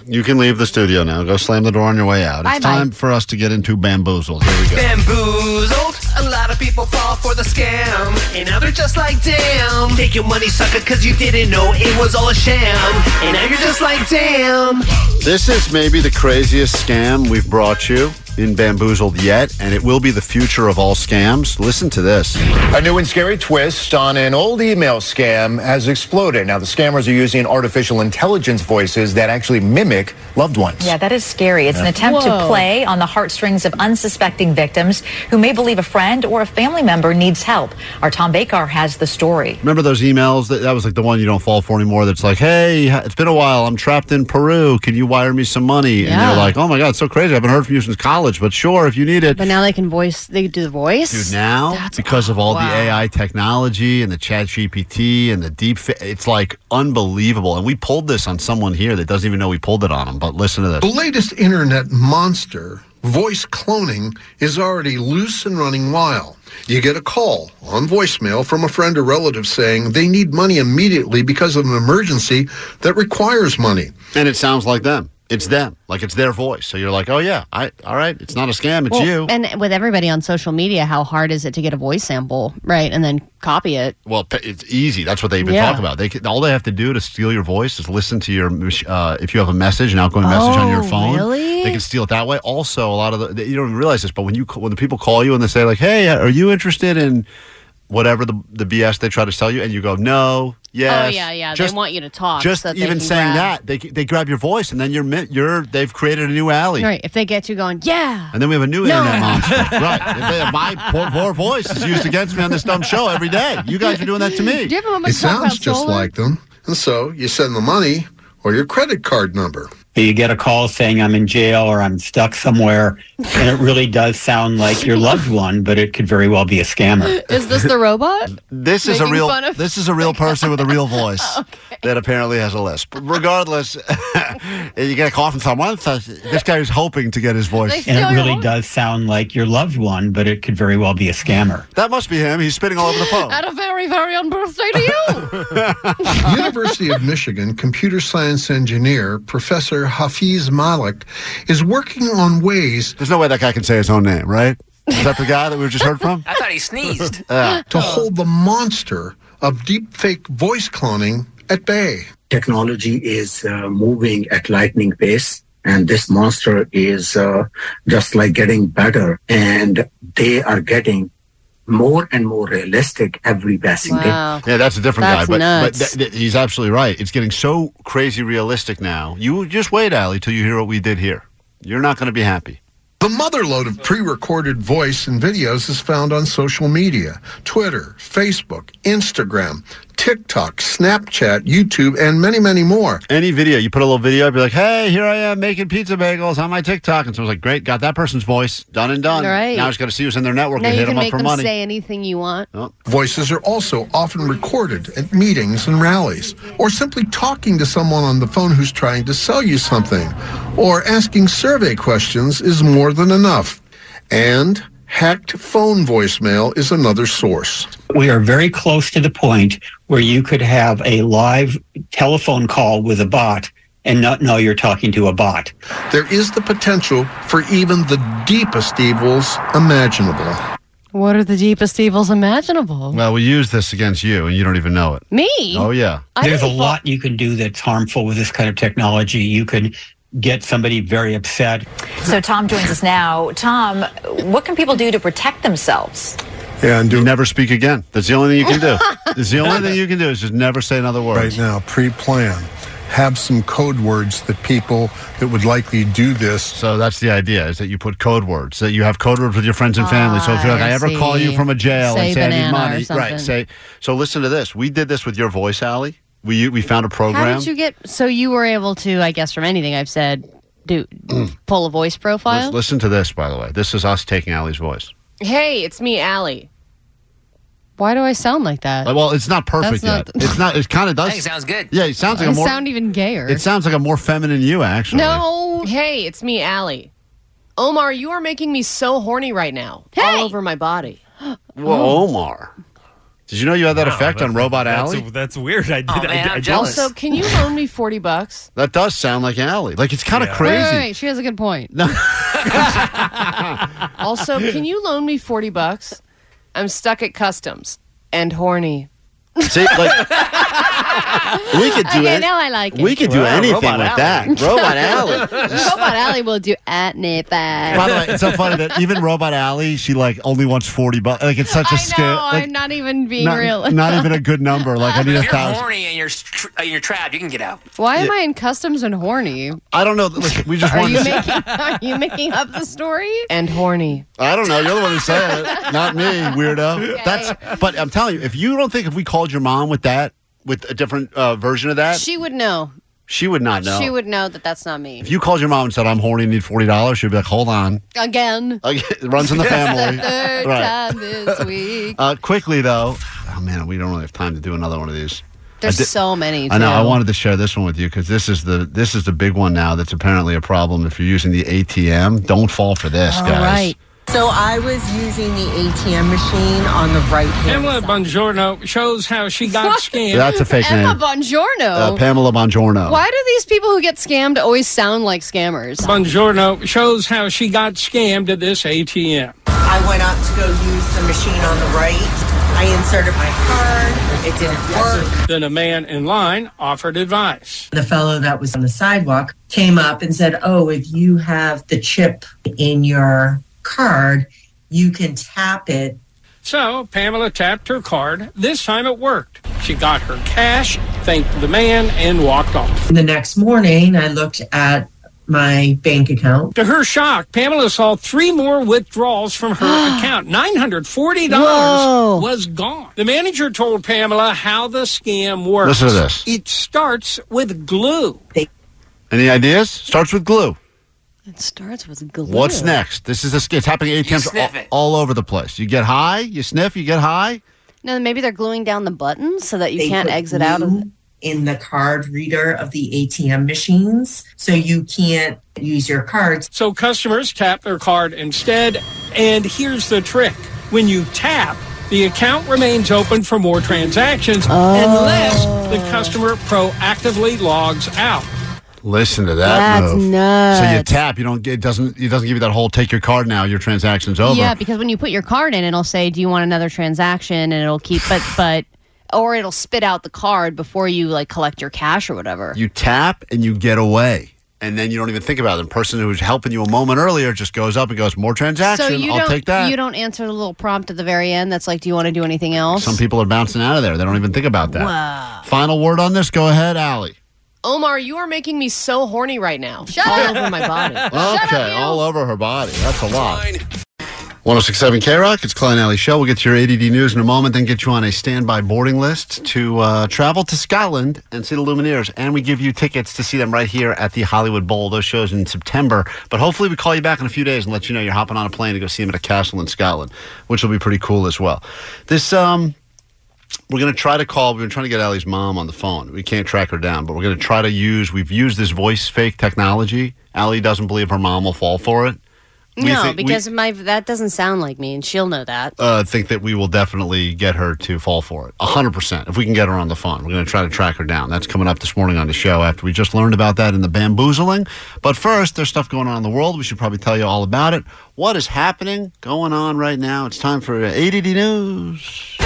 Speaker 2: You can leave the studio now. Go slam the door on your way out. It's
Speaker 10: Bye-bye.
Speaker 2: time for us to get into bamboozled. Here we go.
Speaker 11: Bamboozled. A lot of people fall for the scam. And now they're just like, damn. Take your money, sucker, because you didn't know it was all a sham. And now you're just like, damn.
Speaker 2: This is maybe the craziest scam we've brought you in Bamboozled yet, and it will be the future of all scams. Listen to this.
Speaker 14: A new and scary twist on an old email scam has exploded. Now, the scammers are using artificial intelligence voices that actually mimic loved ones.
Speaker 15: Yeah, that is scary. It's an
Speaker 14: Yeah.
Speaker 15: attempt
Speaker 14: Whoa.
Speaker 15: to play on the heartstrings of unsuspecting victims who may believe a friend or a family member needs help. Our Tom Bakar has the story.
Speaker 2: Remember those emails? That, that was like the one you don't fall for anymore. That's like, hey, ha- it's been a while. I'm trapped in Peru. Can you wire me some money? And
Speaker 6: Yeah.
Speaker 2: you're like, oh my God, it's so crazy. I haven't heard from you since college, but sure, if you need it.
Speaker 6: But now they can voice. They do the voice.
Speaker 2: Dude, now because of all the
Speaker 6: wow.
Speaker 2: AI technology and the chat GPT and the deep, fa- it's like unbelievable. And we pulled this on someone here that doesn't even know we pulled it on him, but listen to this.
Speaker 1: The latest internet monster, voice cloning, is already loose and running wild. You get a call on voicemail from a friend or relative saying they need money immediately because of an emergency that requires money.
Speaker 2: And it sounds like them. It's them. Like it's their voice. So you're like, oh yeah, I all right. It's not a scam. It's
Speaker 6: Well,
Speaker 2: you.
Speaker 6: And with everybody on social media, how hard is it to get a voice sample, right? And then copy it.
Speaker 2: well, p- it's easy. That's what they've been
Speaker 6: Yeah.
Speaker 2: talking about. They can, all they have to do to steal your voice is listen to your mach- uh, if you have a message, an outgoing message on your
Speaker 6: Oh,
Speaker 2: phone.
Speaker 6: really?
Speaker 2: They can steal it that way. Also, a lot of the they- you don't even realize this, but when you c- when the people call you and they say like, hey, uh, are you interested in whatever the the BS they try to sell you, and you go no, yes,
Speaker 6: oh yeah, yeah.
Speaker 2: just
Speaker 6: they want you to talk.
Speaker 2: just
Speaker 6: so that they
Speaker 2: even
Speaker 6: can
Speaker 2: saying
Speaker 6: grab-
Speaker 2: that they they grab your voice, and then you're mi- you're they've created a new alley.
Speaker 6: Right. If they get you going, yeah.
Speaker 2: And then we have a new internet monster. right. If they- my poor, poor voice is used against me on this dumb show every day. You guys are doing that to me.
Speaker 6: Do you have a moment
Speaker 1: It
Speaker 6: to talk about
Speaker 1: sounds just
Speaker 6: solar?
Speaker 1: like them. And so you send the money or your credit card number.
Speaker 13: You get a call saying I'm in jail or I'm stuck somewhere, and it really does sound like your loved one, but it could very well be a scammer.
Speaker 6: Is this the robot?
Speaker 2: This is a
Speaker 6: Making
Speaker 2: real.
Speaker 6: fun of-
Speaker 2: This is a real person with a real voice that apparently has a lisp. But regardless, you get a call from someone. so This guy is hoping to get his voice.
Speaker 13: And it really does sound like your loved one, but it could very well be a scammer.
Speaker 2: That must be him. He's spitting all over the phone.
Speaker 6: At a very, very on birthday to you.
Speaker 1: University of Michigan computer science engineer Professor Hafiz Malik is working on ways.
Speaker 2: There's no way that guy can say his own name, right? Is that the guy that we just heard from?
Speaker 1: I
Speaker 11: thought he sneezed.
Speaker 1: to hold the monster of deepfake voice cloning at bay.
Speaker 16: technology is uh, moving at lightning pace and this monster is uh, just like getting better and they are getting more and more realistic every passing day
Speaker 2: Yeah, that's a different
Speaker 16: That's
Speaker 2: guy, but,
Speaker 16: nuts.
Speaker 2: but th- th- he's absolutely right. It's getting so crazy realistic now. You just wait, Allie, till you hear what we did here. You're not going to be happy.
Speaker 1: The motherlode of pre recorded voice and videos is found on social media Twitter, Facebook, Instagram, TikTok, Snapchat, YouTube, and many, many more.
Speaker 2: Any video, you put a little video, I'd be like, hey, here I am making pizza bagels on my TikTok. And someone's like, great, got that person's voice. Done and done.
Speaker 6: Right.
Speaker 2: Now I just got to see who's in their network
Speaker 6: now
Speaker 2: and
Speaker 6: you
Speaker 2: hit
Speaker 6: can
Speaker 2: them up
Speaker 6: make
Speaker 2: for
Speaker 6: them
Speaker 2: money.
Speaker 6: say anything you want.
Speaker 1: Voices are also often recorded at meetings and rallies, or simply talking to someone on the phone who's trying to sell you something, or asking survey questions is more than enough. And hacked phone voicemail is another source.
Speaker 13: We are very close to the point where you could have a live telephone call with a bot and not know you're talking to a bot.
Speaker 1: There is the potential for even the deepest evils imaginable.
Speaker 6: What are the deepest evils imaginable?
Speaker 2: well, we use this against you, and you don't even know it.
Speaker 6: Me?
Speaker 2: Oh, yeah.
Speaker 6: I
Speaker 13: There's a
Speaker 6: didn't
Speaker 13: lot you can do that's harmful with this kind of technology. You can get somebody very upset.
Speaker 15: So Tom joins us now. Tom, what can people do to protect themselves?
Speaker 2: Yeah, and do never speak again. That's the only thing you can do. It's the only thing you can do is just never say another word.
Speaker 1: right now, pre-plan. Have some code words that people that would likely do this.
Speaker 2: So that's the idea is that you put code words, that you have code words with your friends and family. So if you're like,
Speaker 1: Ah,
Speaker 2: I
Speaker 1: I
Speaker 2: ever call you
Speaker 1: see.
Speaker 2: from a jail
Speaker 1: Say
Speaker 2: and say I need
Speaker 1: banana or
Speaker 2: money, right?
Speaker 1: something.
Speaker 2: Say. So listen to this. We did this with your voice, Allie. We we found a program.
Speaker 3: How did you get? So you were able to, I guess, from anything I've said, do pull a voice profile.
Speaker 2: Listen to this, by the way. This is us taking Allie's voice.
Speaker 17: Hey, it's me, Allie.
Speaker 3: Why do I sound like that?
Speaker 2: Like, Uh, well, it's not perfect
Speaker 3: That's not-
Speaker 2: yet. It's not. It kind of does.
Speaker 17: Hey, sounds
Speaker 2: good. Yeah, it sounds like
Speaker 3: I
Speaker 2: a more.
Speaker 3: sound even gayer.
Speaker 2: it sounds like a more feminine you actually.
Speaker 17: No. Hey, it's me, Allie. Omar, you are making me so horny right now. All over my body.
Speaker 2: Well, Omar. Did you know you had that effect on Robot
Speaker 18: that's
Speaker 2: Alley?
Speaker 18: a- that's weird. I did. I,
Speaker 17: Oh, Man,
Speaker 18: I-
Speaker 17: I'm jealous. Also, can you loan me 40 bucks?
Speaker 2: that does sound like Alley. Like it's kind of
Speaker 3: Wait,
Speaker 2: crazy.
Speaker 3: Wait, wait, she has a good point.
Speaker 2: No.
Speaker 17: Also, can you loan me 40 bucks? I'm stuck at customs and horny.
Speaker 2: See, like we could do
Speaker 3: okay,
Speaker 2: it.
Speaker 3: now I like it.
Speaker 2: We could do anything with that. Robot Alley.
Speaker 3: Robot Alley will do anything.
Speaker 2: By the way, it's so funny that even Robot Alley, she like only wants forty bucks. Like it's such a scale.
Speaker 3: No,
Speaker 2: like,
Speaker 3: I'm not even being
Speaker 2: not,
Speaker 3: real.
Speaker 2: not even a good number. Like I need a thousand.
Speaker 17: horny and you're, and you're trapped, you can get out.
Speaker 3: Why am
Speaker 2: Yeah.
Speaker 3: I in customs and horny?
Speaker 2: I don't know. Like, we just
Speaker 3: Are
Speaker 2: wanted to. see-
Speaker 3: you making Are you making up the story?
Speaker 17: And horny.
Speaker 2: I don't know. You're the one who said it, not me, weirdo. That's. But I'm telling you, if you don't think if we called your mom with that, with a different uh, version of that, she,
Speaker 3: She would know.
Speaker 2: would not know.
Speaker 3: She would know that that's not me.
Speaker 2: If you called your mom and said I'm horny, and need forty dollars, she'd be like, hold on.
Speaker 3: Again.
Speaker 2: Okay, it runs in the
Speaker 3: This is
Speaker 2: family.
Speaker 3: The third
Speaker 2: Right.
Speaker 3: time this week.
Speaker 2: Uh, quickly though, oh man, we don't really have time to do another one of these.
Speaker 3: There's
Speaker 2: I did-
Speaker 3: so many.
Speaker 2: I know. I
Speaker 3: too.
Speaker 2: wanted to share this one with you because this is the this is the big one now. That's apparently a problem if you're using the ATM. Don't fall for this, guys.
Speaker 19: So I was using the ATM machine on the right hand.
Speaker 20: Emma Bongiorno shows how she got scammed.
Speaker 2: That's a fake
Speaker 3: Emma
Speaker 2: name.
Speaker 3: Bongiorno.
Speaker 2: Uh, Pamela Bongiorno.
Speaker 3: Why do these people who get scammed always sound like scammers?
Speaker 20: Bongiorno shows how she got scammed at this ATM.
Speaker 19: I went up to go use the machine on the right. I inserted my card. It didn't work.
Speaker 20: Then a man in line offered advice.
Speaker 19: The fellow that was on the sidewalk came up and said, Oh, if you have the chip in your card, you can tap it.
Speaker 20: So Pamela tapped her card. This time it worked. She got her cash, thanked the man, and walked off.
Speaker 19: The next morning, I looked at my bank account.
Speaker 20: To her shock, Pamela saw three more withdrawals from her account. $940
Speaker 19: Whoa.
Speaker 20: was gone. The manager told Pamela how the scam works.
Speaker 2: Listen to this.
Speaker 20: It starts with glue.
Speaker 2: Any ideas? Starts with glue.
Speaker 3: It starts with glue.
Speaker 2: What's next? This is a, sk- it's happening at ATMs
Speaker 3: sniff
Speaker 2: all- all, over the place. You get high, you sniff, you get high.
Speaker 3: No, maybe they're gluing down the buttons so that you can't
Speaker 19: put
Speaker 3: exit out of
Speaker 19: glue in the card reader of the ATM machines, so you can't use your cards.
Speaker 20: So customers tap their card instead. And here's the trick when you tap, the account remains open for more transactions unless the customer proactively logs out.
Speaker 2: Listen to that
Speaker 3: That's
Speaker 2: move. So you
Speaker 3: nuts.
Speaker 2: tap, you don't get it doesn't it doesn't give you that whole take your card now, your transaction's over.
Speaker 3: Yeah, because when you put your card in, it'll say, "Do you want another transaction?" and it'll keep, but but, or it'll spit out the card before you like collect your cash or whatever.
Speaker 2: You tap and you get away. And then you don't even think about it. The person who was helping you a moment earlier just goes up and goes, More transaction,
Speaker 3: so you
Speaker 2: I'll
Speaker 3: don't
Speaker 2: take that.
Speaker 3: you don't answer the little prompt at the very end that's like, "Do you want to do anything else?"
Speaker 2: Some people are bouncing out of there. They don't even think about that.
Speaker 3: Wow.
Speaker 2: Final word on this. Go ahead, Allie.
Speaker 17: Omar, you are making me so horny right now.
Speaker 3: Shut
Speaker 17: All
Speaker 3: up.
Speaker 17: over my body.
Speaker 2: okay, all over her body. That's a lot. 1067 K Rock, it's Klein Alley Show. We'll get to your ADD news in a moment, then get you on a standby boarding list to uh, travel to Scotland and see the Lumineers. And we give you tickets to see them right here at the Hollywood Bowl. Those shows in September. But hopefully, we call you back in a few days and let you know you're hopping on a plane to go see them at a castle in Scotland, which will be pretty cool as well. This, um, we're going to try to call. We've been trying to get Allie's mom on the phone. We can't track her down, but we're going to try to use. We've used this voice fake technology. Allie doesn't believe her mom will fall for it. We
Speaker 3: no,
Speaker 2: think- we-
Speaker 3: because my that doesn't sound like me, and she'll know that.
Speaker 2: uh, think that we will definitely get her to fall for it. 100%. If we can get her on the phone, we're going to try to track her down. That's coming up this morning on the show after we just learned about that in the bamboozling. But first, there's stuff going on in the world. We should probably tell you all about it. What is happening going on right now? It's time for ADD News.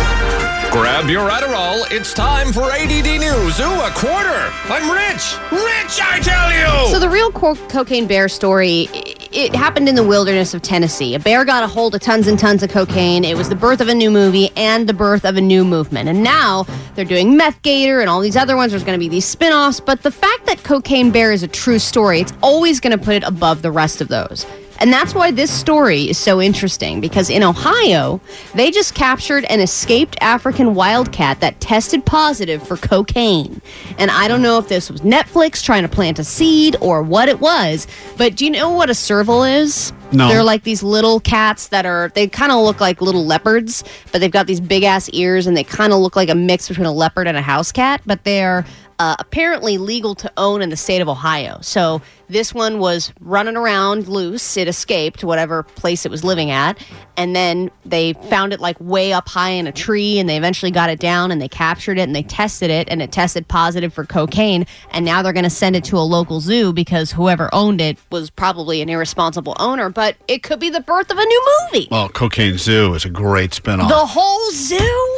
Speaker 21: Grab your Adderall. It's time for ADD News. Ooh, a quarter. I'm rich. Rich, I tell you.
Speaker 3: So the real co- cocaine bear story, i- it happened in the wilderness of Tennessee. A bear got a hold of tons and tons of cocaine. It was the birth of a new movie and the birth of a new movement. And now they're doing Meth Gator and all these other ones. There's going to be these spin-offs. But the fact that Cocaine Bear is a true story, it's always going to put it above the rest of those. And that's why this story is so interesting because in Ohio, they just captured an escaped African wildcat that tested positive for cocaine. And I don't know if this was Netflix trying to plant a seed or what it was, but do you know what a serval is?
Speaker 2: No.
Speaker 3: They're like these little cats that are, they kind of look like little leopards, but they've got these big ass ears and they kind of look like a mix between a leopard and a house cat, but they're uh, apparently legal to own in the state of Ohio. So this one was running around loose. It escaped whatever place it was living at. And then they found it like way up high in a tree and they eventually got it down and they captured it and they tested it and it tested positive for cocaine. And now they're going to send it to a local zoo because whoever owned it was probably an irresponsible owner. But it could be the birth of a new movie.
Speaker 2: Well, Cocaine Zoo is a great spinoff.
Speaker 3: The whole zoo?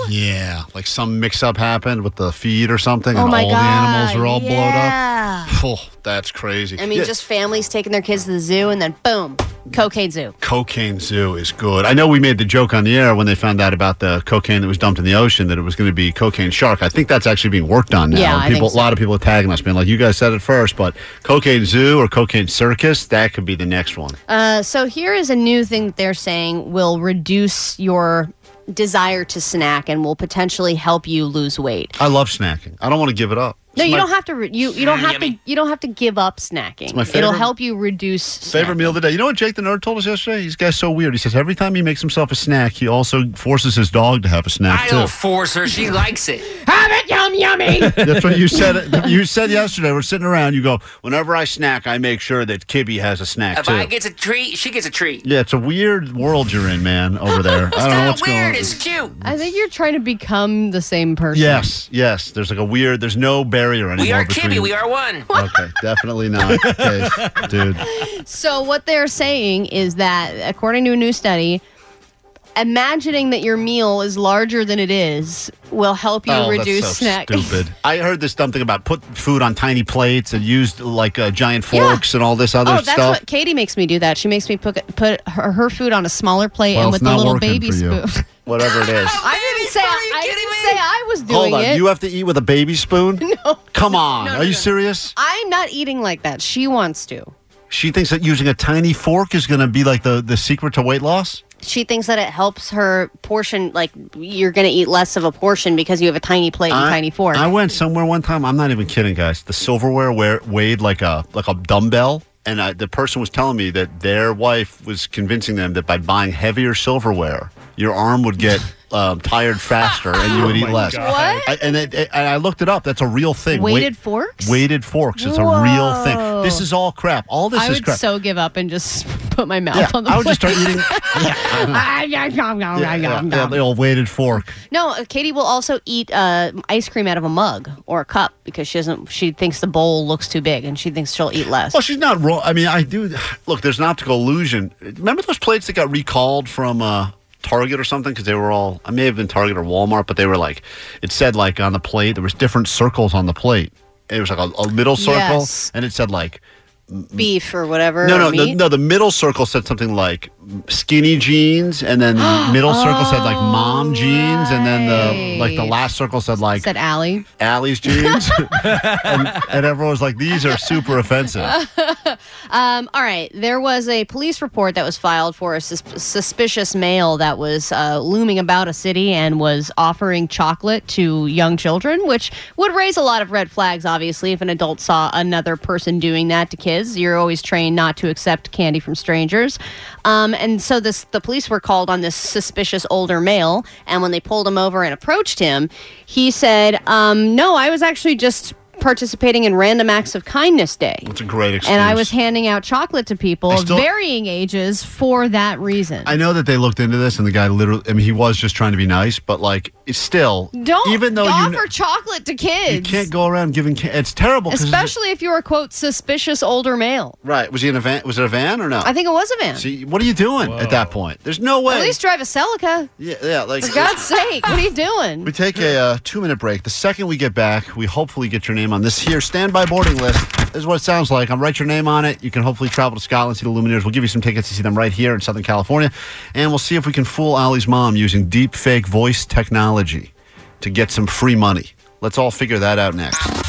Speaker 2: yeah, like some mix-up happened with the feed or something,
Speaker 3: Oh
Speaker 2: and
Speaker 3: my
Speaker 2: all the
Speaker 3: God,
Speaker 2: animals are all
Speaker 3: yeah.
Speaker 2: blowed up. Oh, that's crazy.
Speaker 3: I mean,
Speaker 2: Yeah,
Speaker 3: just families taking their kids to the zoo and then boom, cocaine zoo.
Speaker 2: Cocaine Zoo is good. I know we made the joke on the air when they found out about the cocaine that was dumped in the ocean that it was going to be cocaine shark. I think that's actually being worked on now.
Speaker 3: Yeah,
Speaker 2: And
Speaker 3: I think
Speaker 2: people,
Speaker 3: so.
Speaker 2: a lot of people are tagging us, being like, "You guys said it first, but cocaine zoo or cocaine circus that could be the next one.
Speaker 3: Uh, so here is a new thing that they're saying will reduce your desire to snack and will potentially help you lose weight.
Speaker 2: I love snacking. I don't want to give it up.
Speaker 3: No,
Speaker 2: It's
Speaker 3: you
Speaker 2: my
Speaker 3: don't have to. Re- you you don't have to. You don't have to give up snacking.
Speaker 2: It's my
Speaker 3: It'll
Speaker 2: favorite-
Speaker 3: help you reduce.
Speaker 2: Favorite meal of the day. You know what Jake the Nerd told us yesterday? This guy's so weird. He says every time he makes himself a snack, he also forces his dog to have a snack
Speaker 11: I
Speaker 2: too.
Speaker 11: don't force her. She likes it.
Speaker 3: Have it, yum yummy.
Speaker 2: That's what you said. You said yesterday. We're sitting around. You go. Whenever I snack, I make sure that Kibby has a snack
Speaker 11: If
Speaker 2: too.
Speaker 11: I gets a treat, she gets a treat.
Speaker 2: yeah, it's a weird world you're in, man. Over there. I don't know what's going. on.
Speaker 11: cute.
Speaker 3: I think you're trying to become the same person.
Speaker 2: Yes, yes. There's like a weird. There's no barrier anymore.
Speaker 3: are
Speaker 2: between...
Speaker 3: Kibby, we are
Speaker 11: one.
Speaker 2: Okay, definitely not, Okay, dude.
Speaker 3: So what they're saying is that according to a new study, imagining that your meal is larger than it is will help you
Speaker 2: Oh, that's
Speaker 3: reduce
Speaker 2: so
Speaker 3: snack.
Speaker 2: Stupid. I heard this dumb thing about put food on tiny plates and used like uh, giant forks and all this other
Speaker 3: oh, that's
Speaker 2: stuff.
Speaker 3: what Katie makes me do. That she makes me put put her, her food on a smaller plate
Speaker 2: Well,
Speaker 3: and
Speaker 2: it's
Speaker 3: with a
Speaker 2: not
Speaker 3: little
Speaker 2: working
Speaker 3: baby
Speaker 2: for
Speaker 3: spoon.
Speaker 2: you. Whatever it is.
Speaker 3: I didn't say I, I didn't say I was doing
Speaker 2: Hold on,
Speaker 3: it.
Speaker 2: you have to eat with a baby spoon?
Speaker 3: No.
Speaker 2: Come on,
Speaker 3: No,
Speaker 2: are
Speaker 3: no,
Speaker 2: you
Speaker 3: no.
Speaker 2: serious?
Speaker 3: I'm not eating like that. She wants to.
Speaker 2: She thinks that using a tiny fork is going to be like the, the secret to weight loss?
Speaker 3: She thinks that it helps her portion. Like you're going to eat less of a portion because you have a tiny plate and
Speaker 2: I-
Speaker 3: tiny fork.
Speaker 2: I went somewhere one time. I'm not even kidding, guys. The silverware wear, weighed like a like a dumbbell, and I, the person was telling me that their wife was convincing them that by buying heavier silverware, your arm would get um, tired faster and you would
Speaker 3: Oh
Speaker 2: eat
Speaker 3: my
Speaker 2: less.
Speaker 3: God. What?
Speaker 2: I, and, it, it- and I looked it up. That's a real thing. Wait-
Speaker 3: Weighted forks?
Speaker 2: Weighted forks. It's a real thing. This
Speaker 3: Whoa.
Speaker 2: is all crap. All this
Speaker 3: I
Speaker 2: is
Speaker 3: would
Speaker 2: crap.
Speaker 3: so Oh give up and just put my mouth
Speaker 2: Yeah,
Speaker 3: on the
Speaker 2: I would just
Speaker 3: plate.
Speaker 2: start eating- yeah, yeah, yeah, the old weighted fork.
Speaker 3: No, uh, Katie will also eat uh, ice cream out of a mug or a cup because she doesn't. She thinks the bowl looks too big, and she thinks she'll eat less.
Speaker 2: Well, she's not wrong. I mean, I do. Look, there's an optical illusion. Remember those plates that got recalled from uh, Target or something because they were all. I may have been Target or Walmart, but they were like. It said like on the plate there was different circles on the plate. It was like a, a middle circle,
Speaker 3: Yes.
Speaker 2: and it said like
Speaker 3: Beef or whatever.
Speaker 2: no,
Speaker 3: or
Speaker 2: no, the,
Speaker 3: meat.
Speaker 2: no. The middle circle said something like skinny jeans, and then the middle circle said like mom jeans, and then the like the
Speaker 3: Oh, right.
Speaker 2: last circle said like
Speaker 3: Said Allie.
Speaker 2: Allie's jeans, and, and everyone was like, "These are super offensive."
Speaker 3: Uh, um, all right. There was a police report that was filed for a sus- suspicious male that was uh, looming about a city and was offering chocolate to young children, which would raise a lot of red flags, obviously, if an adult saw another person doing that to kids. You're always trained not to accept candy from strangers. Um, and so this the police were called on this suspicious older male. And when they pulled him over and approached him, he said, um, No, I was actually just participating in Random Acts of Kindness Day.
Speaker 2: It's a great excuse.
Speaker 3: And I was handing out chocolate to people
Speaker 2: I
Speaker 3: of
Speaker 2: still-
Speaker 3: varying ages for that reason.
Speaker 2: I know that they looked into this, and the guy literally—I mean, he was just trying to be nice, but like, it's still
Speaker 3: Don't
Speaker 2: even though you,
Speaker 3: offer
Speaker 2: kn-
Speaker 3: chocolate to
Speaker 2: you
Speaker 3: kids,
Speaker 2: can't go around giving. Ca- it's terrible. 'cause it's-
Speaker 3: especially if you're a quote suspicious older male.
Speaker 2: right? Was he in a van? Was it a van or no?
Speaker 3: I think it was a van.
Speaker 2: See, what are you doing at that point? There's no way.
Speaker 3: At least drive a Celica.
Speaker 2: yeah, yeah. Like
Speaker 3: For God's sake, what are you doing?
Speaker 2: We take a uh, two-minute break. The second we get back, we hopefully get your name on this here standby boarding list. This is what it sounds like. I'm write your name on it. You can hopefully travel to Scotland, see the Lumineers. We'll give you some tickets to see them right here in Southern California, and we'll see if we can fool Ali's mom using deep fake voice technology to get some free money. Let's all figure that out next.